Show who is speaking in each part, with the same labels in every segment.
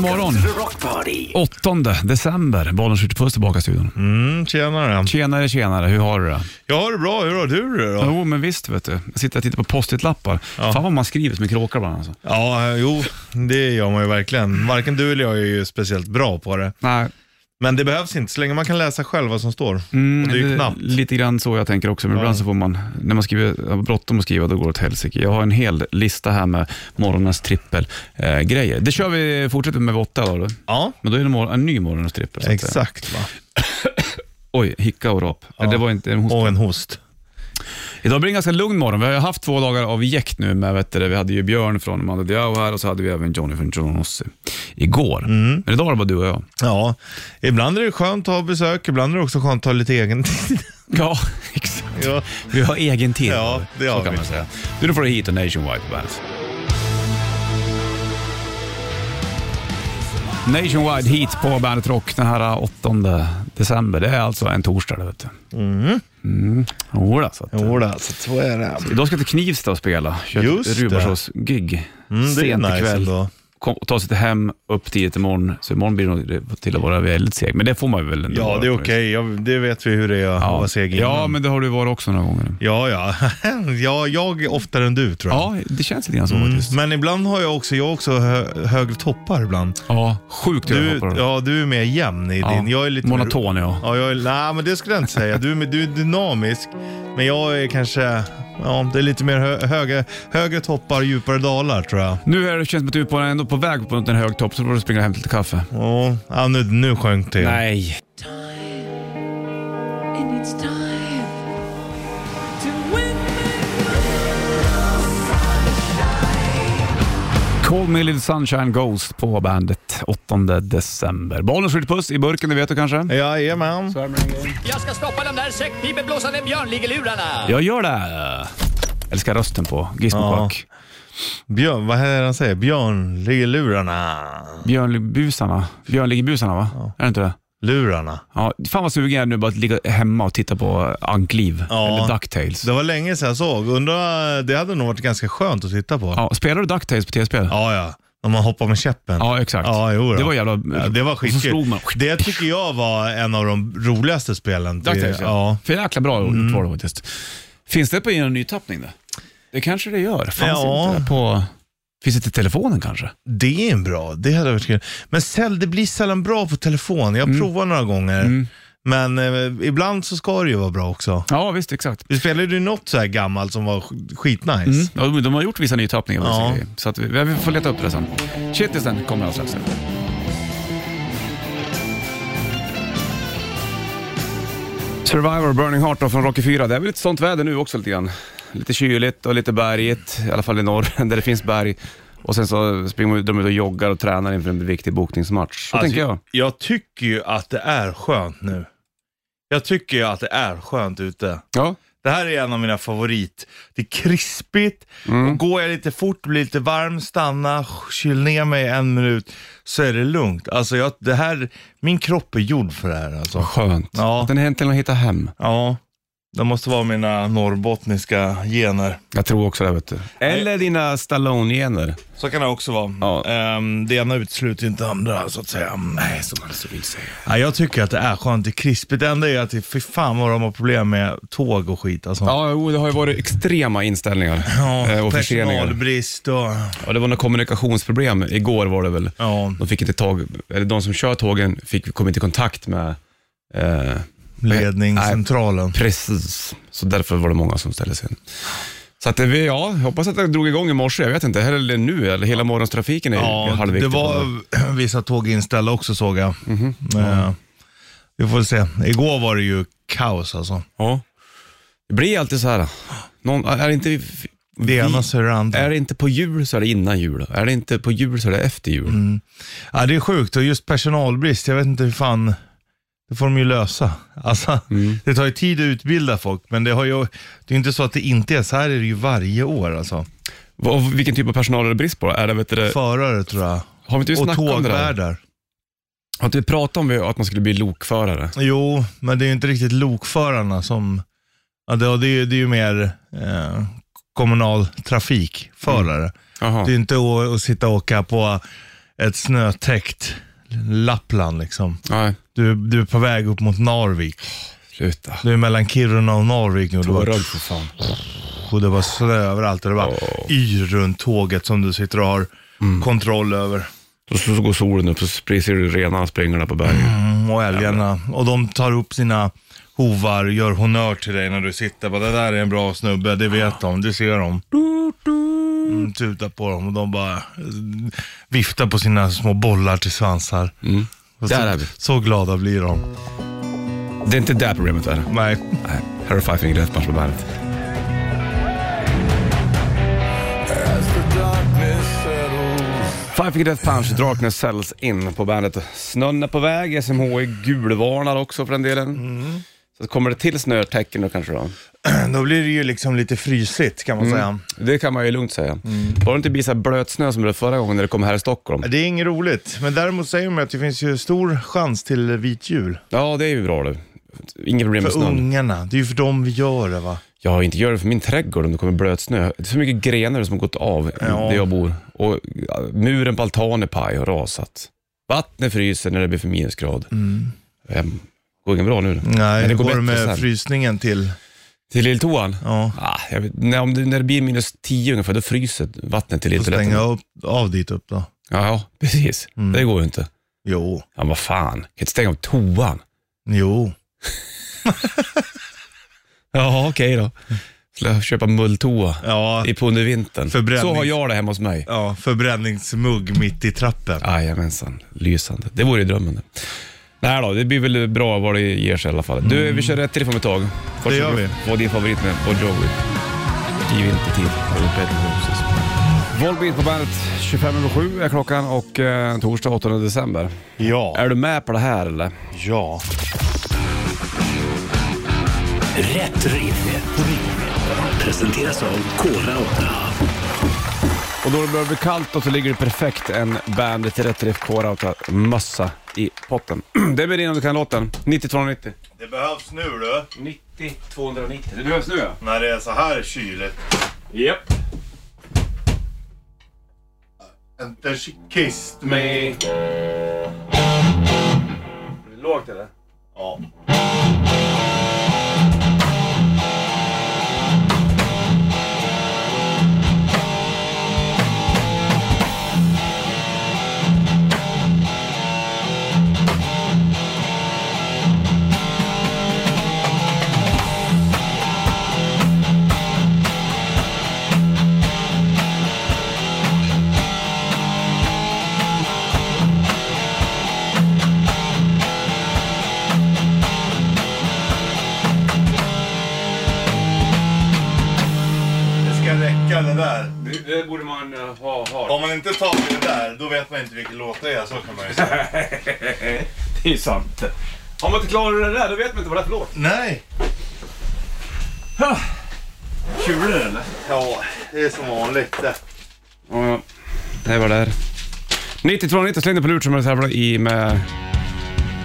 Speaker 1: morgon.
Speaker 2: Rockparty.
Speaker 1: 8 december. Bollen skjuter puss tillbaka i studion.
Speaker 3: Mm, tjenare.
Speaker 1: Tjenare, tjenare. Hur har du det?
Speaker 3: Jag har det bra, hur har du det då?
Speaker 1: Jo, men visst vet du. Jag sitter och tittar på post-it-lappar. Fan vad man skriver som en kråka ibland alltså.
Speaker 3: Ja, jo, det gör man ju verkligen. Varken du eller jag är ju speciellt bra på det.
Speaker 1: Nej,
Speaker 3: Men det behövs inte, så länge man kan läsa själv vad som står.
Speaker 1: Mm,
Speaker 3: och det är ju knappt.
Speaker 1: Lite grann så jag tänker också, men ibland så får man, när man skriver, har bråttom att skriva, då går det åt helsike. Jag har en hel lista här med morgonens trippelgrejer. Eh, grejer. det kör vi, fortsätter med vid åtta då. då.
Speaker 3: Ja,
Speaker 1: Men då är det mor- en ny morgonens trippel. så att säga.
Speaker 3: exakt va.
Speaker 1: Oj, hicka och rap. Eh, Det var inte en hosta.
Speaker 3: Och en host.
Speaker 1: Idag blir det en ganska lugn morgon. Vi har ju haft två dagar av jäkt nu. Med, vet du, vi hade ju Björn från Mando Diao här och så hade vi även Johnny från Jonossi igår.
Speaker 3: Mm.
Speaker 1: Men idag är det bara du och jag.
Speaker 3: Ja, ibland är det skönt att ha besök, ibland är det också skönt att ha lite egen tid.
Speaker 1: Ja, exakt.
Speaker 3: ja.
Speaker 1: Vi har egen tid.
Speaker 3: Ja, det har
Speaker 1: Så kan
Speaker 3: vi.
Speaker 1: man säga. Du, nu får du hit och Nationwide på bandet. Nationwide hit på Bandet Rock den här 8 december. Det är alltså en torsdag det vet du. Mm. Jodå, alltså, så att,
Speaker 3: Jo, då, så så är det.
Speaker 1: Idag ska till Knivsta och spela. Kör
Speaker 3: Just
Speaker 1: ett
Speaker 3: det.
Speaker 1: Rubarsås-gig.
Speaker 3: Mm, det är
Speaker 1: Sent
Speaker 3: nice
Speaker 1: ikväll.
Speaker 3: ändå.
Speaker 1: Kom, ta sig till hem, upp tidigt imorgon. Så imorgon blir det nog till att vara väldigt seg. Men det får man väl ändå
Speaker 3: Ja,
Speaker 1: vara
Speaker 3: det är
Speaker 1: på något vis.
Speaker 3: okej. Jag- Det vet vi hur det är att
Speaker 1: Ja.
Speaker 3: vara seg innan.
Speaker 1: ja, men det har du varit också några gånger.
Speaker 3: ja, ja. ja, jag är oftare än du tror jag. Mm.
Speaker 1: Ja, det känns lite grann så faktiskt.
Speaker 3: Men ibland har jag också, jag har också hö, högre toppar ibland.
Speaker 1: Ja, sjukt hur jag
Speaker 3: Du,
Speaker 1: hoppar av.
Speaker 3: ja, du är mer jämn i din. Jag är lite Mer,
Speaker 1: Monoton ja.
Speaker 3: ja, jag är, nej, men det skulle jag inte säga. Du, är- du är dynamisk, men jag är kanske, ja, det är lite mer hö, högre, högre toppar och djupare dalar tror jag.
Speaker 1: Nu är det, känns det som att du är på, ändå på väg på en hög topp, så får du springa hem till lite kaffe.
Speaker 3: Ja, ja, nu, nu sjönk det.
Speaker 1: Nej.
Speaker 4: And it's time to win.
Speaker 1: Call Me Little Sunshine Ghost på bandet 8 december. Bollen skjuter puss i burken, det vet du kanske?
Speaker 3: Jajamän.
Speaker 5: Jag ska stoppa de där säckpipeblåsande björnligelurarna.
Speaker 1: Jag gör det. Älskar rösten på Gizmo
Speaker 3: Ja.
Speaker 1: Quack.
Speaker 3: Björn, vad är det han säger? Björn, ligger lurarna.
Speaker 1: Björnbusarna. Björnliggebusarna va? Är det inte det?
Speaker 3: Lurarna.
Speaker 1: Ja, fan vad sugen jag är nu bara att ligga hemma och titta på Ankliv
Speaker 3: Ja.
Speaker 1: eller Ducktails.
Speaker 3: Det var länge sedan jag såg. Undrar, det hade nog varit ganska skönt att titta på.
Speaker 1: Ja, spelar du Ducktails på tv-spel?
Speaker 3: Ja, ja. När man hoppar med käppen.
Speaker 1: Ja, exakt.
Speaker 3: Ja, jo då.
Speaker 1: det var jävla...
Speaker 3: Ja, det var
Speaker 1: Och så slog
Speaker 3: skitkul.
Speaker 1: man.
Speaker 3: Det tycker jag var en av de roligaste spelen. Det-
Speaker 1: Ducktails
Speaker 3: ja. Mm.
Speaker 1: För jäkla bra gjort var det faktiskt. Finns det på en nytappning det? Det kanske det gör. Fanns
Speaker 3: Ja.
Speaker 1: inte det på... Finns det till telefonen kanske?
Speaker 3: Det är en bra. Det hade varit kul. Men säll, det blir sällan bra på telefon. Jag
Speaker 1: Mm.
Speaker 3: provar några gånger. Men eh, ibland så ska det ju vara bra också.
Speaker 1: Ja, visst exakt.
Speaker 3: Vi spelade ju något så här gammalt som var sk- skitnice.
Speaker 1: Ja, de, de har gjort vissa nytappningar. med vissa
Speaker 3: Ja.
Speaker 1: grejer. Så att vi, vi får leta upp det sen. Shitlisten kommer alldeles strax. Survivor Burning Heart då, från Rocky 4. Det är väl lite sånt väder nu också lite grann. Lite kyligt och lite bergigt, i alla fall i norr där det finns berg. Och sen så springer man ut- de ut och joggar och tränar inför en viktig bokningsmatch. Så
Speaker 3: Alltså,
Speaker 1: tänker jag.
Speaker 3: Jag tycker ju att det är skönt nu. Jag tycker ju att det är skönt ute.
Speaker 1: Ja.
Speaker 3: Det här är en av mina favorit. Det är krispigt,
Speaker 1: Mm.
Speaker 3: och går jag lite fort, blir lite varm, stanna, kyl ner mig en minut, så är det lugnt. Alltså jag, det här, min kropp är gjord för det här alltså.
Speaker 1: Skönt.
Speaker 3: Ja.
Speaker 1: Att den äntligen har hittat hem.
Speaker 3: Ja, det måste vara mina norrbottniska gener.
Speaker 1: Jag tror också det vet du. Eller dina Stallone-gener.
Speaker 3: Så kan det också vara.
Speaker 1: Ja.
Speaker 3: Ehm, det ena utesluter inte det andra så att säga. Nej, så
Speaker 1: man så vill säga.
Speaker 3: Ja, jag tycker att det är skönt, det är krispigt. Det enda är att det, fy fan vad de har problem med tåg och skit alltså.
Speaker 1: Ja, jo, det har ju varit extrema inställningar eh, och förseningar.
Speaker 3: personalbrist och...
Speaker 1: Ja, det var några kommunikationsproblem igår var det väl.
Speaker 3: Ja,
Speaker 1: De fick inte tag, eller de som kör tågen fick, kom inte i kontakt med... Eh,
Speaker 3: ledningscentralen.
Speaker 1: precis, så därför var det många som ställde sig in. Så att det, vi- ja, jag hoppas att det drog igång i morse, jag vet inte, eller nu, eller hela morgonstrafiken är ja,
Speaker 3: Ja, det
Speaker 1: halvviktig. på
Speaker 3: var vissa tåg inställda också såg jag. Eh, Vi får se. Igår var det ju kaos alltså.
Speaker 1: Ja. Det blir alltid så här, någon, är det inte...
Speaker 3: Det
Speaker 1: vi-
Speaker 3: ena så är det andra.
Speaker 1: Är det inte på jul så är det innan jul. Är det inte på jul så är det efter jul.
Speaker 3: Ja, det är sjukt och just personalbrist, jag vet inte hur fan, det får de ju lösa. Alltså,
Speaker 1: Mm.
Speaker 3: Det tar ju tid att utbilda folk, men det, har ju, det är ju inte så att det inte är så här är det ju varje år alltså.
Speaker 1: Vad- vilken typ av personal är det brist på? Är det, vet du, det-
Speaker 3: Förare tror jag,
Speaker 1: Har vi inte
Speaker 3: och
Speaker 1: snackat Eh, om det där?
Speaker 3: tågvärdar.
Speaker 1: Har inte vi pratat om att man skulle bli lokförare?
Speaker 3: Jo, men det är ju inte riktigt lokförarna som, ja, det, det, är, ju- det är ju mer eh, kommunal trafikförare.
Speaker 1: Jaha.
Speaker 3: Det är inte att, att sitta och åka på ett snötäckt Lappland liksom.
Speaker 1: Nej,
Speaker 3: Du, du är på väg upp mot Narvik.
Speaker 1: sluta.
Speaker 3: Du är mellan Kiruna och Narvik nu. Du bara,
Speaker 1: Röd för fan.
Speaker 3: och det var snö överallt och det var yr runt tåget som du sitter och har
Speaker 1: Mm.
Speaker 3: kontroll över.
Speaker 1: Och så, så går solen upp så sprider du renarna springorna på berget.
Speaker 3: Mm, Och älgarna. Och de tar upp sina hovar, gör honör till dig när du sitter. Bara, det där är en bra snubbe, det vet de, det ser de. Mm, tutar på dem och de bara eh, viftar på sina små bollar till svansar. Och
Speaker 1: Mm. Där är
Speaker 3: Så,
Speaker 1: vi.
Speaker 3: så glada blir de.
Speaker 1: Det är inte där problemet är.
Speaker 3: Nej.
Speaker 1: Nej, här har Five Finger Death Punch på bandet. Five Finger Death Punch, Darkness Sells In på bandet. Snön är på väg, SMHI gulvarnar också för den delen. Så kommer det till snötäcken då kanske då.
Speaker 3: Då blir det ju liksom lite frysigt kan
Speaker 1: Mm.
Speaker 3: man säga.
Speaker 1: Det kan man ju lugnt säga. Bara det inte blir så här blöt snö som det var förra gången när det kom här i Stockholm.
Speaker 3: Det är inget roligt, men däremot säger de att det finns ju stor chans till vit jul.
Speaker 1: Ja, det är ju bra du. Inga problem med
Speaker 3: För
Speaker 1: snön.
Speaker 3: ungarna, det är ju för dem vi gör det va.
Speaker 1: Ja, inte gör det för min trädgård om det kommer blöt snö. Det är så mycket grenar som har gått av där jag bor. Och ja, muren på altanen är paj och rasat. Vattnet fryser när det blir för minusgrad. Ehm, går ingen bra nu.
Speaker 3: Mm. Nej,
Speaker 1: Men
Speaker 3: det
Speaker 1: det går
Speaker 3: går
Speaker 1: bättre
Speaker 3: med
Speaker 1: sen.
Speaker 3: frysningen till.
Speaker 1: Till lilltoan?
Speaker 3: Ja.
Speaker 1: Ah, jag vet, när, om det, när det blir minus 10 ungefär, då fryser vattnet till
Speaker 3: Och stänga
Speaker 1: lilltoaletten.
Speaker 3: upp, av Mm. dit upp då.
Speaker 1: Ja, ja, precis. Det går ju inte.
Speaker 3: Jo,
Speaker 1: Ja, vad fan. Kan inte stänga av toan?
Speaker 3: jo.
Speaker 1: Ja, okej då. Skulle köpa mulltoa
Speaker 3: Ja,
Speaker 1: i på under vintern.
Speaker 3: Förbrännings-
Speaker 1: Så har jag det hemma hos mig.
Speaker 3: ja förbränningsmugg mitt i trappen.
Speaker 1: Jajamensan, lysande. Det vore ju drömmen. det. Nej då, det blir väl bra vad det ger sig i alla fall. Du, vi kör rätt till om ett tag. Först
Speaker 3: Det gör
Speaker 1: ska
Speaker 3: vi.
Speaker 1: Få din favorit med Bon Jovi. I vintertid. Eller Peter Moses. Volbeat på bandet. 25 över 7 är klockan och eh, torsdag 8 december.
Speaker 3: Ja,
Speaker 1: Är du med på det här eller?
Speaker 3: ja.
Speaker 2: Rätt riff. Rätt riff. Presenteras av Kora 8.
Speaker 1: Och då det börjar bli kallt och så ligger det perfekt en Bandet Rätt Riff Core-mössa i potten. det blir din om du kan låten. 9290.
Speaker 3: Det behövs nu du,
Speaker 1: 90 290. Det behövs nu ja.
Speaker 3: när det är så här kyligt.
Speaker 1: Japp.
Speaker 3: Enter she kissed
Speaker 1: mig. Lågt eller?
Speaker 3: Ja. Det ska räcka det där.
Speaker 1: Det, det borde man eh, ha ha.
Speaker 3: Om man inte tar i det där, då vet man inte vilken låt det är. Så kan man ju säga.
Speaker 1: Det är sant. Om man inte klarar det där, då vet man inte vad det är för låt.
Speaker 3: Nej.
Speaker 1: Kul är det eller?
Speaker 3: Ja, det är som vanligt det.
Speaker 1: Ja, ja. Det var där. 9290 slängde på lurt som jag tävlade i med...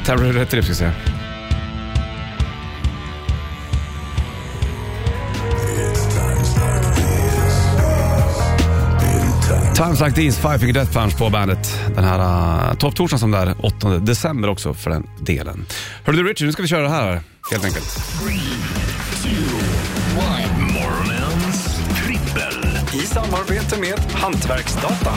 Speaker 1: Tävlade rätt riff ska jag säga. Times Like These, Five Finger Death Punch på bandet. Den här uh, topptorsdagen som det är 8 december också för den delen. Hörru du Richard, nu ska vi köra det här helt enkelt.
Speaker 2: Morgonens trippel.
Speaker 6: I samarbete med Hantverksdata.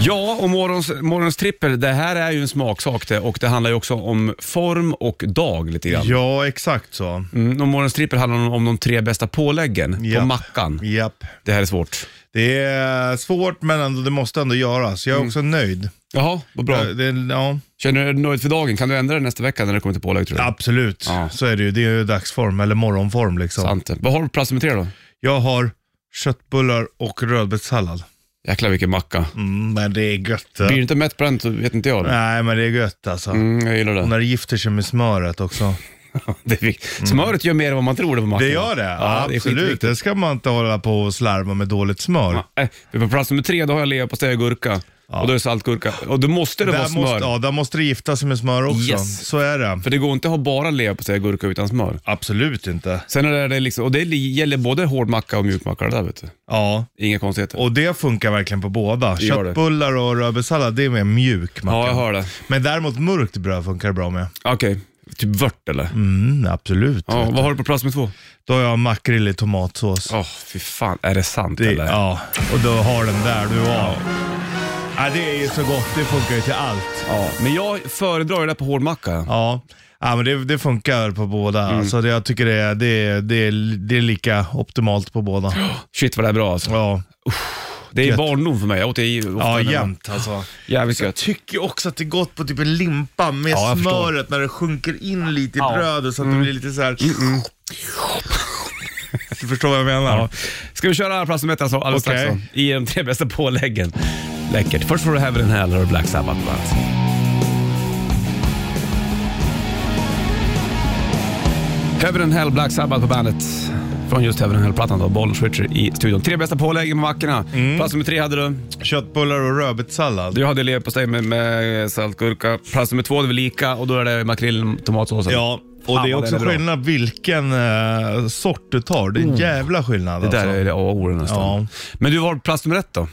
Speaker 1: Ja, och morgons, morgons trippel, det här är ju en smaksak det och det handlar ju också om form och dag lite grann.
Speaker 3: Ja, exakt så.
Speaker 1: Mm, och morgons trippel handlar om, om de tre bästa påläggen
Speaker 3: Ja.
Speaker 1: på mackan.
Speaker 3: Japp.
Speaker 1: Det här är svårt.
Speaker 3: Det är svårt men ändå, det måste ändå göras. Jag är
Speaker 1: Mm.
Speaker 3: också nöjd.
Speaker 1: Jaha, vad bra.
Speaker 3: Ja, det- ja,
Speaker 1: Känner du dig nöjd för dagen? Kan du ändra det nästa vecka när det kommer till pålägg tror du?
Speaker 3: absolut,
Speaker 1: Ja.
Speaker 3: så är det ju. Det är ju dagsform eller morgonform liksom.
Speaker 1: Sant. Vad har du på plats nummer tre då?
Speaker 3: Jag har köttbullar och rödbetssallad.
Speaker 1: Jäklar vilken macka.
Speaker 3: Mm, men det är gött.
Speaker 1: Blir du inte mätt på den så vet inte jag.
Speaker 3: Nej, men det är gött alltså.
Speaker 1: Mm, jag gillar
Speaker 3: Och
Speaker 1: det.
Speaker 3: när det gifter sig med smöret också.
Speaker 1: det är vik- Smöret gör mer än vad man tror det på mackan.
Speaker 3: Mm. Det gör det,
Speaker 1: Ja, det är
Speaker 3: absolut.
Speaker 1: skitviktigt.
Speaker 3: Det, ska man inte hålla på och slarva med dåligt smör.
Speaker 1: Eh, Nej, På plats nummer tre, då har jag leverpastej och gurka. Och då är det saltgurka. Och då måste det vara
Speaker 3: Där
Speaker 1: smör.
Speaker 3: måste, ja, där måste det gifta sig med smör också.
Speaker 1: Yes.
Speaker 3: Så är det.
Speaker 1: För det går inte att ha bara leverpastej och gurka utan smör.
Speaker 3: Absolut inte.
Speaker 1: Sen är det liksom, och det li- gäller både hårdmacka och mjukmacka det där vet du.
Speaker 3: Ja,
Speaker 1: Inga konstigheter.
Speaker 3: och det funkar verkligen på båda.
Speaker 1: gör det.
Speaker 3: Köttbullar och rödbetssallad, det är mer mjuk macka.
Speaker 1: Ja, jag hör det.
Speaker 3: Men däremot mörkt bröd funkar det bra med.
Speaker 1: Okej, typ vört eller?
Speaker 3: Mm, absolut.
Speaker 1: Ja, vad har du på plats med två?
Speaker 3: Då har jag makrill i tomatsås.
Speaker 1: Åh, fy fan. Är det sant
Speaker 3: det,
Speaker 1: eller?
Speaker 3: ja, och då har den där du har. Ja, det är ju så gott, det funkar ju till allt.
Speaker 1: Ja, Men jag föredrar ju det på hårdmacka.
Speaker 3: Ja, ja men det, det funkar på båda.
Speaker 1: Mm.
Speaker 3: Alltså, det, jag tycker det, är- det, är- det, är- det är lika optimalt på båda.
Speaker 1: Shit vad det är bra alltså.
Speaker 3: Ja,
Speaker 1: Det är
Speaker 3: gött.
Speaker 1: barndom för mig. Jag åt det i- ofta
Speaker 3: ja
Speaker 1: när jag-
Speaker 3: jämt alltså.
Speaker 1: Jävligt
Speaker 3: Jag
Speaker 1: gött.
Speaker 3: tycker också att det är gott på typ en limpa med
Speaker 1: Ja, jag förstår. Mm.
Speaker 3: smöret när det sjunker in lite i brödet så att det blir lite så här. Du förstår vad jag menar?
Speaker 1: Ja. Ska vi köra plats nummer ett alltså, alldeles
Speaker 3: Okej.
Speaker 1: strax då, I de tre bästa påläggen. Läckert. Först får du Heaven and Hell och Black Sabbath på bandet. Heaven and Hell, Black Sabbath på bandet. Från just Heaven and Hell-plattan då, Bollen Switcher i studion. Tre bästa påläggen med mackorna.
Speaker 3: Mm.
Speaker 1: Plats nummer tre hade du.
Speaker 3: Köttbullar och rödbetssallad.
Speaker 1: Du hade leverpastej med, med saltgurka. Plats nummer två, det är väl lika och då är det makrillen, tomatsåsen.
Speaker 3: Ja, och
Speaker 1: Fan,
Speaker 3: det är
Speaker 1: vad
Speaker 3: också
Speaker 1: den är bra. Mm.
Speaker 3: skillnad vilken eh, sort du tar. Det är en jävla skillnad
Speaker 1: Det där
Speaker 3: alltså.
Speaker 1: är det A och O nästan.
Speaker 3: Ja.
Speaker 1: Men du var plats nummer ett då?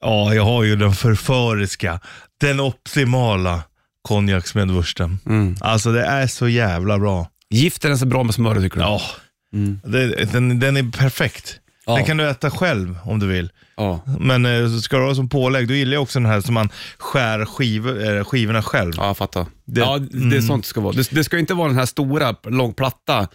Speaker 3: Ja, jag har ju den förföriska, den optimala konjaksmedvursten.
Speaker 1: Mm.
Speaker 3: Alltså det är så jävla bra.
Speaker 1: Gifter den sig bra med smör tycker du?
Speaker 3: Ja. Det, den, den är perfekt. Den kan du äta själv om du vill.
Speaker 1: ja.
Speaker 3: Men eh, ska du ha som pålägg, då gillar jag också den här som man skär skivor, eh, skivorna själv.
Speaker 1: Ja, jag fattar. Det, ja, det
Speaker 3: mm.
Speaker 1: är sånt det ska vara. Det, det ska ju inte vara den här stora, långplatta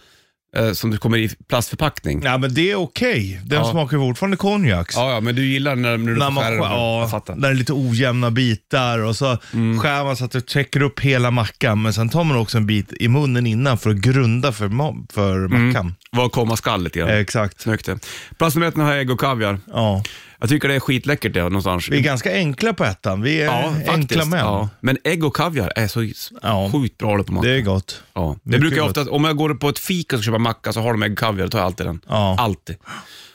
Speaker 1: eh, som du kommer i plastförpackning. Ja,
Speaker 3: Ja, men det är okej. Den
Speaker 1: Ja.
Speaker 3: smakar ju fortfarande konjaks.
Speaker 1: ja, men du gillar när, när du
Speaker 3: När
Speaker 1: får
Speaker 3: man
Speaker 1: skära
Speaker 3: skär,
Speaker 1: den.
Speaker 3: ja,
Speaker 1: Jag fattar. Mm.
Speaker 3: där är lite ojämna bitar och så skär man så att du täcker upp hela mackan. Men sen tar man också en bit i munnen innan för att grunda för, ma- för
Speaker 1: Mm.
Speaker 3: mackan.
Speaker 1: Vad komma skall lite grann.
Speaker 3: Eh, Exakt.
Speaker 1: Snyggt det. Plats nummer ett, nu har jag ägg och kaviar.
Speaker 3: Ja.
Speaker 1: Jag tycker det är skitläckert det någonstans.
Speaker 3: Vi är ganska enkla på ettan. Vi är
Speaker 1: ja,
Speaker 3: enkla
Speaker 1: faktiskt.
Speaker 3: män.
Speaker 1: Ja. Men ägg och kaviar är så
Speaker 3: Ja.
Speaker 1: sjukt bra på
Speaker 3: Det
Speaker 1: macka.
Speaker 3: är gott.
Speaker 1: Ja. Det
Speaker 3: mycket
Speaker 1: brukar jag
Speaker 3: gott.
Speaker 1: ofta, om jag går på ett fika och ska köpa macka så har de ägg och kaviar, då tar jag alltid den.
Speaker 3: Ja.
Speaker 1: Alltid.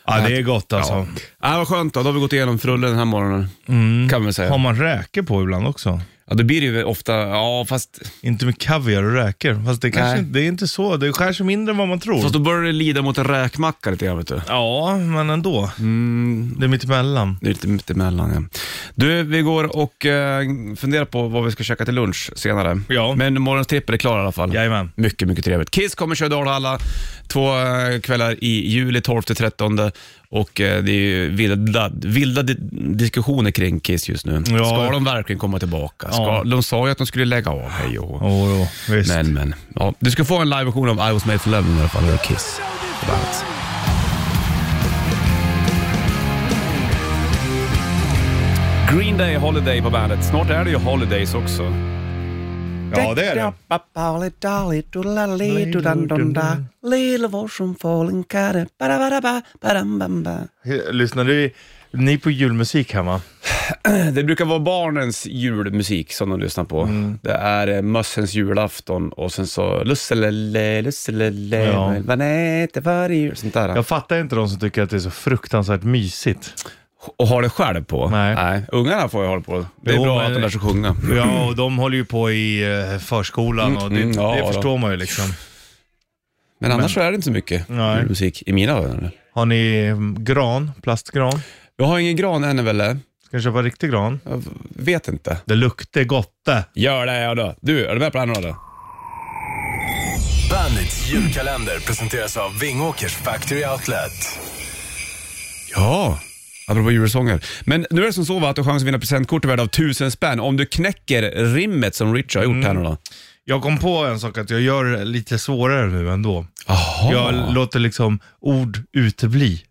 Speaker 3: Ja, det är gott alltså.
Speaker 1: Ja, vad skönt då, då har vi gått igenom frullen den här morgonen. Kan man väl säga.
Speaker 3: Mm. Har man räkor på ibland också?
Speaker 1: Ja, då blir det ju ofta, ja fast
Speaker 3: Inte med kaviar och räkor. Fast det, kanske,
Speaker 1: Nej.
Speaker 3: inte- det är inte så. Det skär sig mindre än vad man tror.
Speaker 1: Fast då börjar det lida mot en räkmacka lite grann vet du.
Speaker 3: Ja, men ändå.
Speaker 1: Mm.
Speaker 3: Det är mitt emellan.
Speaker 1: Det är lite mittemellan ja. Du, vi går och eh, funderar på vad vi ska käka till lunch senare.
Speaker 3: Ja.
Speaker 1: Men morgonens trippel är klar i alla fall.
Speaker 3: Jajamän.
Speaker 1: Mycket, mycket trevligt. Kiss kommer köra Dalhalla två eh, kvällar i juli, 12-13. Och eh, det är ju vilda, vilda di- diskussioner kring Kiss just nu.
Speaker 3: Ja.
Speaker 1: Ska de verkligen komma tillbaka? Ska,
Speaker 3: Ja.
Speaker 1: De sa ju att de skulle lägga av, hej och hå.
Speaker 3: Jo, jo, visst.
Speaker 1: Men, men. Ja. Du ska få en live-version av I was made for loving i alla fall, och Kiss. på bandet. Green Day Holiday på bandet. Snart är det ju Holidays också.
Speaker 3: Ja, det är det. Lyssnade vi, ni på julmusik hemma?
Speaker 1: Det brukar vara barnens julmusik som de lyssnar på. Det är eh, mössens julafton och sen så Lusselele, Lusselele,
Speaker 3: Ja.
Speaker 1: man äter varje jul. Sånt där.
Speaker 3: Jag fattar inte de som tycker att det är så fruktansvärt mysigt.
Speaker 1: Och har det själv på?
Speaker 3: Nej.
Speaker 1: Ungarna får ju hålla på. Det är
Speaker 3: Jo,
Speaker 1: bra
Speaker 3: men-
Speaker 1: att de lär sig sjunga.
Speaker 3: Ja, och de håller ju på i eh, förskolan och det,
Speaker 1: Mm, ja,
Speaker 3: det
Speaker 1: då.
Speaker 3: förstår man ju liksom.
Speaker 1: Men annars så är det inte så mycket
Speaker 3: Nej.
Speaker 1: musik i mina öron.
Speaker 3: Har ni mm, gran? Plastgran?
Speaker 1: Jag har ingen gran än Velle.
Speaker 3: Ska ni köpa riktig gran?
Speaker 1: Jag vet inte.
Speaker 3: Det luktar gott det.
Speaker 1: Gör det jag då. Du, är du med på det här nu då?
Speaker 6: Bandits julkalender presenteras av Vingåkers Factory Outlet.
Speaker 1: Ja. Apropå julsånger. Men nu är det som så va, att du har chans att vinna presentkort värda av tusen spänn om du knäcker rimmet som Rich har gjort här
Speaker 3: Mm.
Speaker 1: nu då.
Speaker 3: Jag kom på en sak att jag gör det lite svårare nu ändå.
Speaker 1: Jaha.
Speaker 3: Jag låter liksom ord utebli.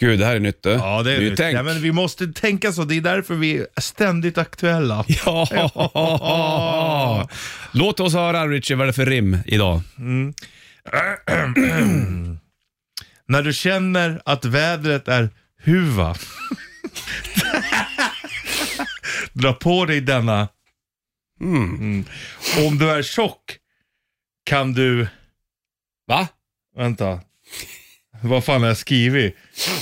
Speaker 1: Gud, det här är nytt du.
Speaker 3: Ja, det är nytt.
Speaker 1: Nytänk.
Speaker 3: Ja, men vi måste tänka så. Det är därför vi är ständigt aktuella.
Speaker 1: Ja. Låt oss höra Richie, vad är det för rim idag?
Speaker 3: Mm. När du känner att vädret är huva. Dra på dig denna. Mm. Om du är tjock kan du...
Speaker 1: Va?
Speaker 3: Vänta. Vad fan har jag skrivit?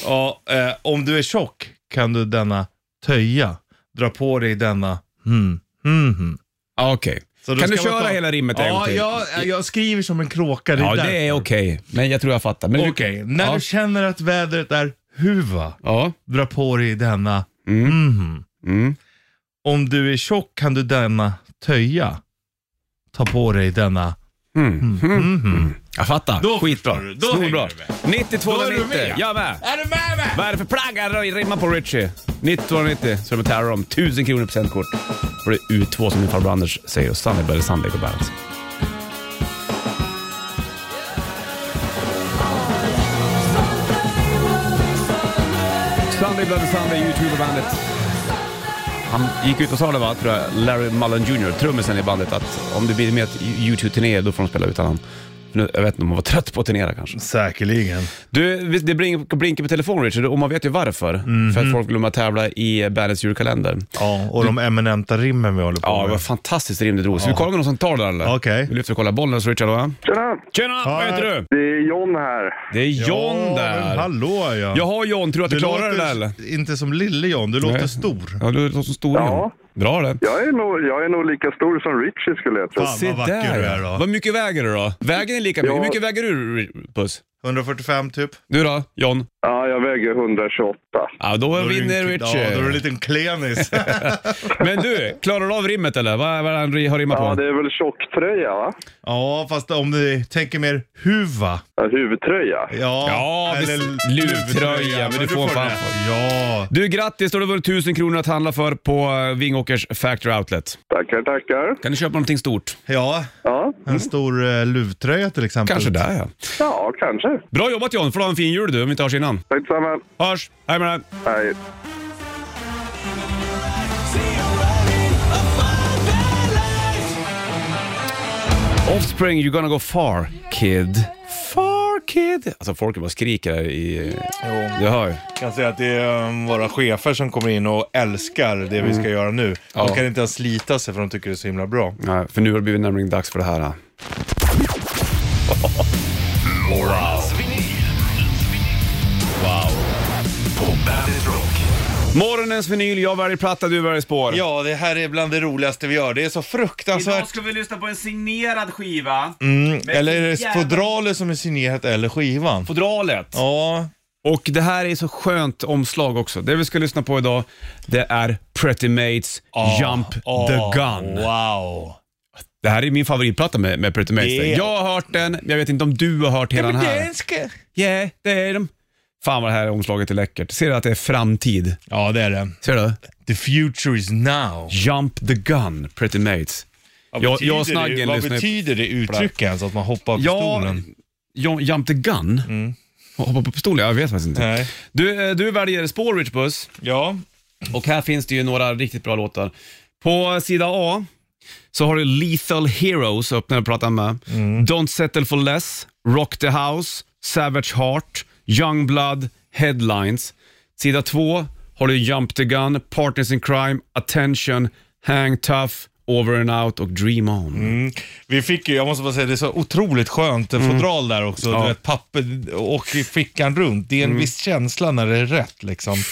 Speaker 3: Ja, eh, om du är tjock kan du denna töja. Dra på dig denna. Hmm. Hmm. hmm.
Speaker 1: Ja, Okej.
Speaker 3: Så då
Speaker 1: Kan du
Speaker 3: ska man
Speaker 1: köra
Speaker 3: ta-
Speaker 1: hela rimmet en gång
Speaker 3: Ja,
Speaker 1: till?
Speaker 3: jag, jag skriver som en kråka. Det är
Speaker 1: Ja,
Speaker 3: därför.
Speaker 1: det är okej. Men jag tror jag fattar. Men du-
Speaker 3: Okej, när
Speaker 1: ja.
Speaker 3: du känner att vädret är huva,
Speaker 1: Ja.
Speaker 3: dra på dig denna. Mhm.
Speaker 1: Mm.
Speaker 3: Om du är tjock kan du denna töja. Ta på dig denna.
Speaker 1: Mm.
Speaker 3: Mm.
Speaker 1: Jag fattar.
Speaker 3: Då
Speaker 1: Skitbra.
Speaker 3: förstår du. Då
Speaker 1: Snorbra.
Speaker 3: hänger
Speaker 1: 92
Speaker 3: Då är du med.
Speaker 1: Jag med.
Speaker 3: Är du med mig?
Speaker 1: Vad är det för plagg? Jag rimmar på Richie. 9290 så är det med Terror om 1000 kronor i presentkort. Och det är U2 som min farbror Anders säger och alltså. Sunny Belly Sunday på bandet. Sunday Bloody Sunday, YouTube bandet. Han gick ut och sa det va, tror jag, Larry Mullen Jr, trummisen i bandet, att om det blir mer YouTube-turné då får de spela utan honom. För nu- Jag vet inte om han var trött på att turnera kanske.
Speaker 3: Säkerligen.
Speaker 1: Du, visst, det blink- blinkar på telefonen Richard och man vet ju varför. För att folk glömmer att tävla i bandets julkalender.
Speaker 3: Mhm. Ja, och de eminenta rimmen vi håller på
Speaker 1: Ja, det var
Speaker 3: med.
Speaker 1: ett fantastiskt rim det drog. Ska vi kolla med någon som tar det eller?
Speaker 3: Okej.
Speaker 1: Vi lyfter och kollar bollen hos Richard va?
Speaker 7: Tjena!
Speaker 1: Tjena, vad heter du?
Speaker 7: Det är John här.
Speaker 1: Det är John
Speaker 3: Ja, men
Speaker 1: där.
Speaker 3: Hallå ja.
Speaker 1: Jaha John, tror du att du, klarar det
Speaker 3: låter
Speaker 1: där eller?
Speaker 3: inte som lille John, du låter
Speaker 1: Nej.
Speaker 3: stor.
Speaker 1: Ja, du låter som stor
Speaker 7: Ja.
Speaker 1: John. Bra det.
Speaker 7: Jag är, nog, jag är nog lika stor som Richie skulle jag tro.
Speaker 3: Fan vad vacker du är
Speaker 1: ja.
Speaker 3: då.
Speaker 1: Vad mycket väger du då? Väger ni lika mycket? Hur mycket väger du Ri- Puss?
Speaker 3: 145 typ.
Speaker 1: Du då John?
Speaker 7: Ja, jag väger 128.
Speaker 1: Ja, då,
Speaker 3: Då är du en-
Speaker 1: vinner
Speaker 3: Ja, då är du en
Speaker 1: Richard.
Speaker 3: liten klenis.
Speaker 1: Men du, klarar du av rimmet eller? Vad vad är det han har rimmat
Speaker 7: Ja,
Speaker 1: på?
Speaker 7: det är väl tjocktröja va?
Speaker 3: ja, fast om du tänker mer huva.
Speaker 7: Ja, huvudtröja.
Speaker 3: Ja,
Speaker 1: Ja, visst. Luvtröja, men du får en
Speaker 3: det.
Speaker 1: fanfar.
Speaker 3: Ja.
Speaker 1: Du, grattis! Då har du vunnit 1000 kronor att handla för på eh, Vingåkers Factory Outlet.
Speaker 7: Tackar, tackar.
Speaker 1: Kan du köpa någonting stort?
Speaker 3: ja,
Speaker 7: Ja,
Speaker 3: en stor uh, luvtröja till exempel.
Speaker 1: Kanske där ja.
Speaker 7: ja kanske.
Speaker 1: Bra jobbat John, får du ha en fin jul du om vi inte hörs innan.
Speaker 7: Tack detsamma.
Speaker 1: Hörs! Hej med dig!
Speaker 7: Hej.
Speaker 1: Offspring, you're gonna go far kid. Far kid! Alltså folk bara skriker här i... Du hör ju.
Speaker 3: Jag kan säga att det är um, våra chefer som kommer in och älskar det vi ska göra nu.
Speaker 1: Ja.
Speaker 3: De kan inte ens slita sig för de tycker det är så himla bra.
Speaker 1: Nej, för nu har det blivit nämligen dags för det här. eh.
Speaker 6: På Bandit Rock.
Speaker 1: Morgonens vinyl, jag väljer platta, du väljer spår.
Speaker 3: Ja, det här är bland det roligaste vi gör. Det är så
Speaker 1: Alltså,
Speaker 8: Idag
Speaker 3: fruktansvärt.
Speaker 8: ska vi lyssna på en signerad skiva.
Speaker 3: Mm, eller är det
Speaker 8: jävla-
Speaker 3: fodralet som är signerat eller skivan?
Speaker 1: Fodralet.
Speaker 3: Ja,
Speaker 1: Och det här är så skönt omslag också. Det vi ska lyssna på idag, det är Pretty Mates
Speaker 8: Ah,
Speaker 1: Jump the Gun.
Speaker 3: Wow.
Speaker 1: Det här är min favoritplatta med, med Pretty Mates.
Speaker 3: Det är-
Speaker 1: Jag har hört den, men jag vet inte om du har hört hela den här. Yeah, det är de. Fan vad det här omslaget är läckert. Ser du att det är framtid?
Speaker 3: Ja, det är det.
Speaker 1: Ser du?
Speaker 3: The future is now.
Speaker 1: Jump the gun, Pretty Mates.
Speaker 3: Vad
Speaker 1: Jag-
Speaker 3: betyder
Speaker 1: jag och Snaggen
Speaker 3: det, Vad
Speaker 1: lyssnar ju-
Speaker 3: betyder det uttrycket ens, att man hoppar på stolen?
Speaker 1: Ja, Jump the gun?
Speaker 8: Mm.
Speaker 1: Hoppa på pistolen? Jag vet faktiskt inte.
Speaker 3: Nej.
Speaker 1: Du, eh, du väljer spår, Rich Buss.
Speaker 3: Ja.
Speaker 1: Och här finns det ju några riktigt bra låtar. På sida A så har du Lethal Heroes, öppnar jag prata med. Don't Settle For Less, Rock The House, Savage Heart, Youngblood, Headlines. Sida 2 har du Jump The Gun, Partners In Crime, Attention, Hang Tough, Over And Out och Dream On.
Speaker 3: Vi fick ju, jag måste bara säga, det är så otroligt skönt
Speaker 1: Mm.
Speaker 3: fodral där också. Du vet, papper och i fickan runt. Det är en
Speaker 1: Mm.
Speaker 3: viss känsla när det är rätt liksom.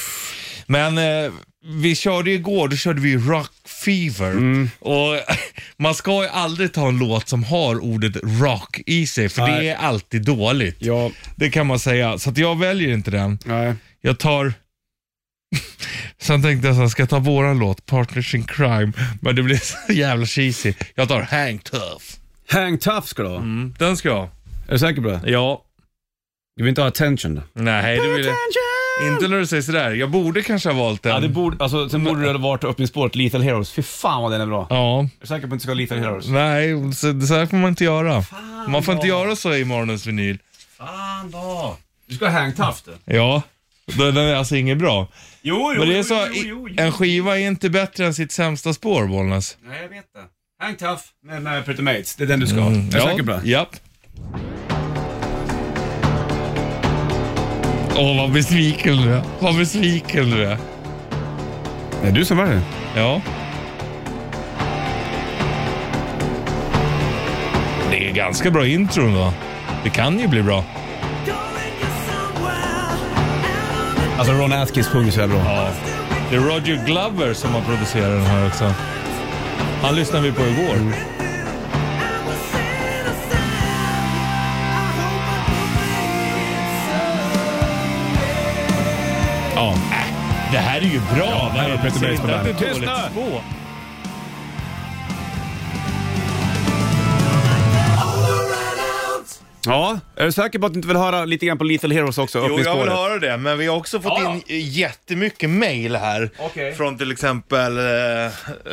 Speaker 3: Men eh, vi körde ju igår, då körde vi Rock Fever.
Speaker 1: Mm.
Speaker 3: Och man ska ju aldrig ta en låt som har ordet rock i sig, för
Speaker 1: Nej.
Speaker 3: det är alltid dåligt.
Speaker 1: Ja,
Speaker 3: Det kan man säga. Så att jag väljer inte den.
Speaker 1: nej.
Speaker 3: Jag tar... Sen tänkte jag så här, ska jag ta våran låt, Partners in Crime, men det blir så jävla cheesy. Jag tar Hang Tough.
Speaker 1: Hang Tough ska du ha.
Speaker 3: Mm, Den ska jag ha.
Speaker 1: Är du säker på det?
Speaker 3: Ja.
Speaker 1: Du vill inte ha Attention då?
Speaker 3: Nej, det vill jag inte. när du säger sådär. Jag borde kanske ha valt den.
Speaker 1: Ja, det borde, alltså, sen borde det ha varit öppningsspåret Lethal Heroes. Fy fan vad den är bra.
Speaker 3: Ja.
Speaker 1: Är du säker på att du inte ska ha Lethal Heroes?
Speaker 3: Nej, så, så här får man inte göra. man får inte göra så i morgonens vinyl.
Speaker 1: Fan då! Du ska ha hang tough du.
Speaker 3: Ja. Den den är alltså inget bra.
Speaker 1: Jo, jo,
Speaker 3: Men det är
Speaker 1: jo,
Speaker 3: så,
Speaker 1: jo, jo, jo.
Speaker 3: en skiva är inte bättre än sitt sämsta spår, Bollnäs.
Speaker 1: Nej, jag vet det. Hang tough med, med Pretty Mates. Det är den du ska ha. Är du
Speaker 3: Mm, Ja,
Speaker 1: säker på det?
Speaker 3: Japp. Åh, vad besviken du är. Vad besviken du är.
Speaker 1: Det är du som väljer.
Speaker 3: Ja. Det är ganska bra intron va? Det kan ju bli bra.
Speaker 1: Alltså Ron Atkins sjunger så här bra.
Speaker 3: Ja. Det är Roger Glover som har producerat den här också. Han lyssnade vi på igår. Ja. Äh, det här är ju bra! Ja,
Speaker 9: här har Peter Mays på bandet.
Speaker 1: Tystnad! Ja, är du säker på att du inte vill höra lite grann på Little Heroes också?
Speaker 3: Jo, jag vill
Speaker 1: öppningsspåret?
Speaker 3: höra det, men vi har också fått in jättemycket mail här.
Speaker 1: Okej.
Speaker 3: Från till exempel eh,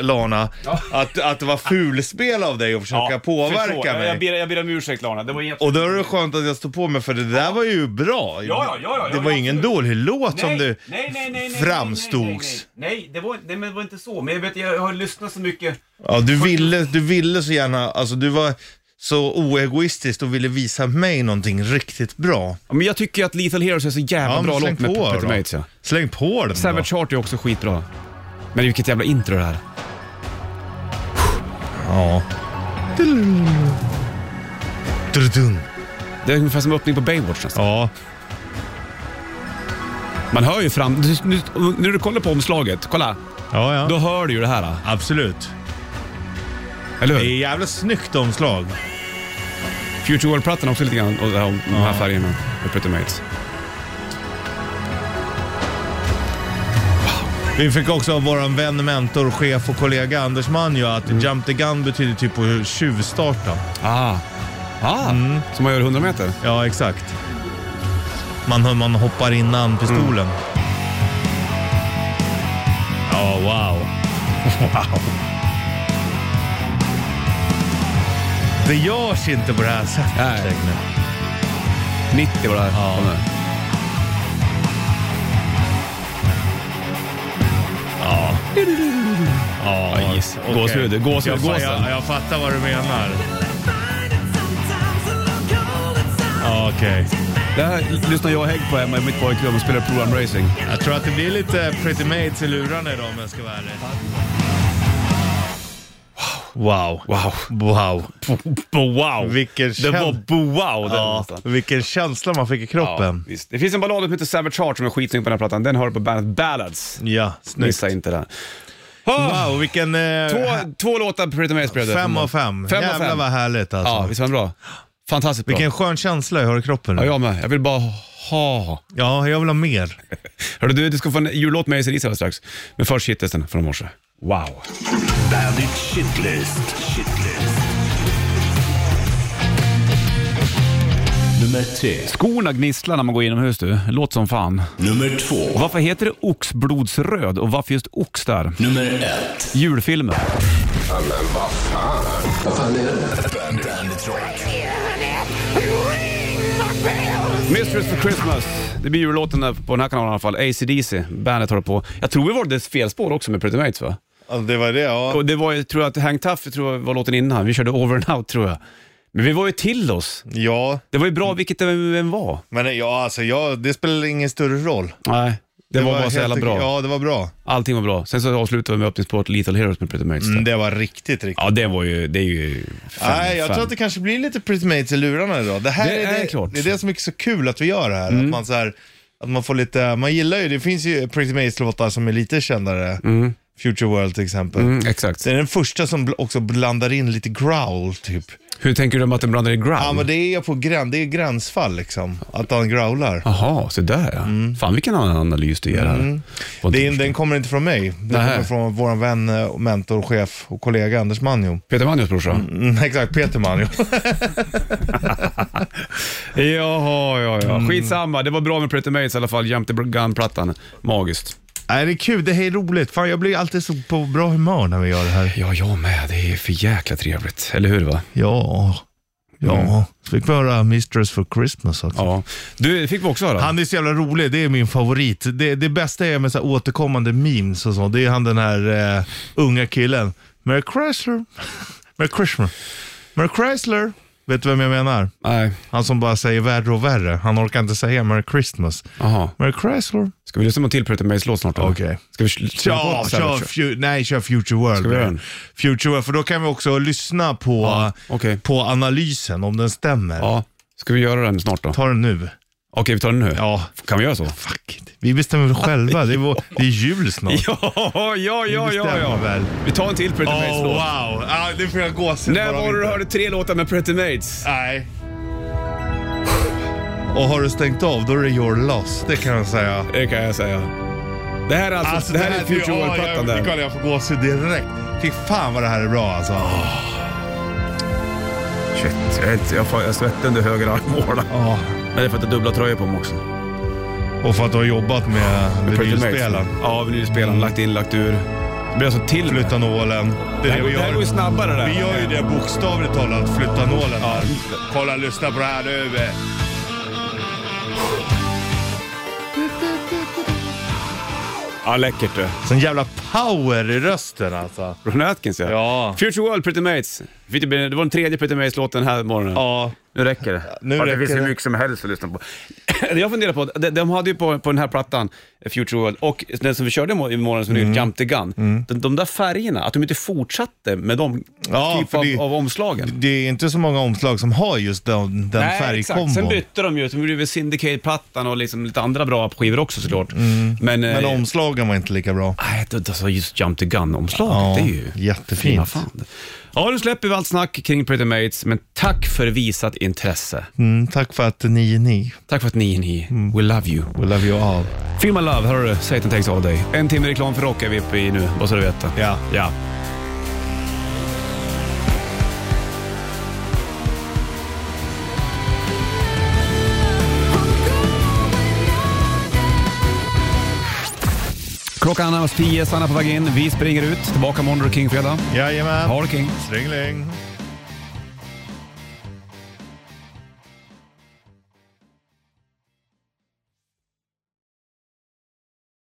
Speaker 3: Lana. Att, att det var fulspel av dig att försöka
Speaker 1: förstår.
Speaker 3: påverka
Speaker 1: Jag-
Speaker 3: mig.
Speaker 1: Jag ber, jag ber om ursäkt Lana, det var jätte...
Speaker 3: Och då är det skönt att jag står på mig för det där var ju bra.
Speaker 1: ja, ja, ja,
Speaker 3: det var
Speaker 1: ja,
Speaker 3: ingen dålig låt som du eh, framstogs.
Speaker 1: Nej, nej, nej, nej, nej, nej, det var, nej, men det var inte så. Men jag vet, jag har lyssnat så mycket.
Speaker 3: Ja, du ville, du ville så gärna, alltså du var så oegoistisk och ville visa mig någonting riktigt bra.
Speaker 1: Ja, men jag tycker att Little Heroes är så jävla
Speaker 3: Ja, men
Speaker 1: bra
Speaker 3: släng
Speaker 1: låt med
Speaker 3: på
Speaker 1: Peter
Speaker 3: då.
Speaker 1: Mates. Ja.
Speaker 3: Släng på den då.
Speaker 1: Savage Heart är också skitbra. Men vilket jävla intro det här.
Speaker 3: Ja. Dudum.
Speaker 1: Det är ungefär som öppning på Baywatch nästan.
Speaker 3: Ja.
Speaker 1: Man hör ju fram... Nu, nu, när du kollar på omslaget, kolla.
Speaker 3: Ja, ja.
Speaker 1: Då hör du ju det här.
Speaker 3: Absolut.
Speaker 1: Eller
Speaker 3: Det
Speaker 1: hur?
Speaker 3: är jävla snyggt omslag.
Speaker 1: Future World-plattan också lite grann och det här, om de här färgerna med Peter Mates.
Speaker 3: Vi fick också av våran vän, mentor, chef och kollega Anders Manjo att
Speaker 1: Mm.
Speaker 3: jump the gun betyder typ att tjuvstarta.
Speaker 1: Ah. Ah,
Speaker 3: Mm.
Speaker 1: som man gör i 100 meter.
Speaker 3: Ja, exakt. Man, man hoppar innan pistolen.
Speaker 1: Mm.
Speaker 3: Ja, wow. Wow. Det görs inte på det här sättet
Speaker 1: Nej.
Speaker 3: längre.
Speaker 1: 90 var det här.
Speaker 3: Ja.
Speaker 1: Kom här.
Speaker 3: Ja,
Speaker 1: Ja, giss. Gåshud, gåshud,
Speaker 3: jag, fa-
Speaker 1: gåsen.
Speaker 3: jag, jag fattar vad du menar. Ja, okej.
Speaker 1: Det här lyssnar jag och Hägg på hemma i mitt pojkrum och spelar Pro Am Racing.
Speaker 3: Jag tror att det blir lite Pretty Maids i lurarna idag om jag ska vara ärlig. Wow.
Speaker 1: Wow.
Speaker 3: Wow.
Speaker 1: Wow!
Speaker 3: Vilken
Speaker 1: Det var
Speaker 3: känsla.
Speaker 1: wow den
Speaker 3: Ja,
Speaker 1: nästan.
Speaker 3: vilken känsla man fick i kroppen.
Speaker 1: Visst. Det finns en ballad som heter Savage Heart som är skitsnygg på den här plattan. Den hör du på bandet Ballads.
Speaker 3: Ja, snyggt.
Speaker 1: Missa inte den. Ah,
Speaker 3: Wow, vilken... Eh,
Speaker 1: två, två låtar på Pretty Mates blev det.
Speaker 3: Fem av fem.
Speaker 1: Fem av
Speaker 3: Jävlar
Speaker 1: fem.
Speaker 3: vad härligt alltså.
Speaker 1: Ja, visst var den bra? Fantastiskt bra.
Speaker 3: vilken skön känsla jag har i kroppen nu.
Speaker 1: Ja,
Speaker 3: Ja,
Speaker 1: jag med. Jag vill bara ha.
Speaker 3: jag vill ha mer.
Speaker 1: Hörru du, du ska få en jullåt med AC/DC alldeles strax. Men först hitlisten från morse. Wow!
Speaker 2: Bandit Shitlist. Shitlist. Nummer tre.
Speaker 1: Skorna gnisslar när man går inomhus du. Låt som fan.
Speaker 2: Nummer två.
Speaker 1: Varför heter det oxblodsröd och varför just ox där?
Speaker 2: Nummer ett.
Speaker 1: Julfilmer.
Speaker 6: Bandit, Bandit Rock.
Speaker 1: Mistress for Christmas. Det blir jullåten där på den här kanalen i alla fall. AC/DC. Bandet håller på. Jag tror vi var det fel spår också med Pretty Mates va?
Speaker 3: det var det, ja.
Speaker 1: Och det var ju, tror jag, att Hang Tough tror jag var låten innan. Vi körde Over and Out tror jag. Men vi var ju till oss.
Speaker 3: Ja,
Speaker 1: Det var ju bra vilket det än var.
Speaker 3: men ja, alltså, jag, det spelar ingen större roll.
Speaker 1: Nej, det, var, bara så
Speaker 3: helt
Speaker 1: jävla
Speaker 3: okej.
Speaker 1: bra.
Speaker 3: Ja, det var bra.
Speaker 1: Allting var bra. Sen så avslutade vi med öppningsspåret Little Heroes med Pretty Mates.
Speaker 3: Mm, det var riktigt, riktigt.
Speaker 1: Ja, det var ju... Det är ju fem,
Speaker 3: Nej, jag
Speaker 1: fem.
Speaker 3: tror att det kanske blir lite Pretty Mates i lurarna idag. Det, här
Speaker 1: Det
Speaker 3: är,
Speaker 1: är
Speaker 3: det,
Speaker 1: klart. Mm.
Speaker 3: det är det som är så kul att vi gör det här. Att man så här, att man får lite, man gillar ju, det finns ju Pretty Mates-låtar som är lite kändare. Future World till exempel.
Speaker 1: Mm, exakt.
Speaker 3: Det är den första som bl- också blandar in lite growl typ.
Speaker 1: Hur tänker du om att den blandar i ground?
Speaker 3: Ja men det är på grän, det är gränsfall liksom. Att han growlar.
Speaker 1: Jaha, så där ja. Fan vilken annan analys du ger här. Och
Speaker 3: Mm. Det är, den kommer inte från mig. Den
Speaker 1: Nähä.
Speaker 3: kommer från vår vän, eh, och mentor, chef och kollega Anders Manjo.
Speaker 1: Peter Mannius brorsa?
Speaker 3: Mm, exakt, Peter Manjo.
Speaker 1: Jaha, ja, ja.
Speaker 3: Mm.
Speaker 1: Skitsamma, det var bra med Pretty Mates i alla fall. Jämte Gun-plattan. Magiskt.
Speaker 3: Nej det är kul, det här är roligt. Fan jag blir alltid så på bra humör när vi gör det här.
Speaker 1: Ja, jag med. Det är för jäkla trevligt. Eller hur va?
Speaker 3: Ja, ja. Så fick vi höra Mistress for Christmas också.
Speaker 1: Ja. Du, det fick vi också höra.
Speaker 3: Han är så jävla rolig, det är min favorit. Det, det bästa är med så här återkommande memes och så, det är han den här eh, unga killen. Merry Chrysler. Merry Chrysler. Merry Chrysler. Vet du vem jag menar?
Speaker 1: Nej,
Speaker 3: Han som bara säger värre och värre. Han orkar inte säga Merry Christmas.
Speaker 1: jaha.
Speaker 3: Merry Chrysler.
Speaker 1: Ska vi lyssna på en till Pretty Mates-låt snart? eller?
Speaker 3: Okej.
Speaker 1: Ska vi sl- slå
Speaker 3: Ja,
Speaker 1: på
Speaker 3: kör,
Speaker 1: Savage?
Speaker 3: fu- nej, kör Future World.
Speaker 1: Ska vi göra den?
Speaker 3: Future World, för då kan vi också lyssna på,
Speaker 1: Ja, okej.
Speaker 3: på analysen, om den stämmer.
Speaker 1: Ja. Ska vi göra den snart då?
Speaker 3: Ta den nu.
Speaker 1: Okej, vi tar den nu.
Speaker 3: Ja,
Speaker 1: Kan vi göra så?
Speaker 3: fuck it. Vi bestämmer själva. Det är, vår, det är jul snart.
Speaker 1: Ja, ja, ja, ja,
Speaker 3: bestämmer
Speaker 1: ja.
Speaker 3: väl.
Speaker 1: Vi tar en till Pretty
Speaker 3: Oh,
Speaker 1: Maids-låt.
Speaker 3: wow. Ah, nu får jag gåshud.
Speaker 1: När
Speaker 3: bara av
Speaker 1: var det du
Speaker 3: inte-
Speaker 1: hörde tre låtar med Pretty Maids?
Speaker 3: Nej. Och har du stängt av, då är det your loss. Det kan jag säga.
Speaker 1: Det kan jag säga. Det här är alltså, det här är Future
Speaker 3: ja,
Speaker 1: World-plattan
Speaker 3: jag-
Speaker 1: där.
Speaker 3: Mikael, jag får gåshud direkt. Fy fan vad det här är bra alltså.
Speaker 1: Shit, jag, är inte- jag, får- jag svettas under höger armhåla.
Speaker 3: Ja.
Speaker 1: Men det är för att jag har dubbla tröjor på mig också. Med
Speaker 3: Och för att du har jobbat med vinylspelaren.
Speaker 1: Ja, vinylspelaren. Lagt in, lagt ur. Det blir alltså till med.
Speaker 3: Flytta nålen. Det
Speaker 1: Det
Speaker 3: är
Speaker 1: här
Speaker 3: det
Speaker 1: går-
Speaker 3: vi
Speaker 1: det här går
Speaker 3: gör.
Speaker 1: ju snabbare det
Speaker 3: Vi
Speaker 1: här.
Speaker 3: gör ju det bokstavligt talat, flytta nålen. här. Kolla, lyssna på det här nu.
Speaker 1: Ja, läckert du.
Speaker 3: Sån jävla power i rösten alltså.
Speaker 1: Ron Atkins ja.
Speaker 3: Ja.
Speaker 1: Future World, Pretty Mates. Fick du- Det var den tredje Pretty Mates-låten den här morgonen.
Speaker 3: Ja.
Speaker 1: Nu räcker det.
Speaker 3: nu
Speaker 1: Ja,
Speaker 3: räcker
Speaker 1: det finns hur
Speaker 3: det.
Speaker 1: mycket som helst att lyssna på. det jag funderar på, de, de hade ju på, på den här plattan, eh, Future World, och den som vi körde i mor- i morgonens
Speaker 3: Mm.
Speaker 1: meny, Jump the Gun, de, de där färgerna, att de inte fortsatte med de
Speaker 3: Ja,
Speaker 1: typ
Speaker 3: för
Speaker 1: av,
Speaker 3: det-
Speaker 1: av omslagen.
Speaker 3: Det är inte så många omslag som har just den, den färgkombon.
Speaker 1: Sen bytte de ju, sen blev det Syndicate-plattan och liksom lite andra bra skivor också såklart. Men,
Speaker 3: Mm. Men
Speaker 1: eh,
Speaker 3: omslagen var inte lika bra.
Speaker 1: Nej, det- alltså just Jump the Gun-omslaget,
Speaker 3: Ja,
Speaker 1: det är ju...
Speaker 3: jättefint.
Speaker 1: Fina Fan. Ja, nu släpper vi allt snack kring Pretty Mates, men tack för visat intresse.
Speaker 3: Mm, tack för att ni är ni.
Speaker 1: Tack för att ni är ni. We love you.
Speaker 3: We love you all.
Speaker 1: Feel my love, hör du? Satan takes all day. En timme reklam för rock är vi uppe i nu, vad så du vet.
Speaker 3: Ja.
Speaker 1: ja. Klockan är annars tio, Sanna på väg in. Vi springer ut. Tillbaka måndag och King-fredag.
Speaker 3: Jajamän.
Speaker 1: Ha det King!
Speaker 3: Stringling.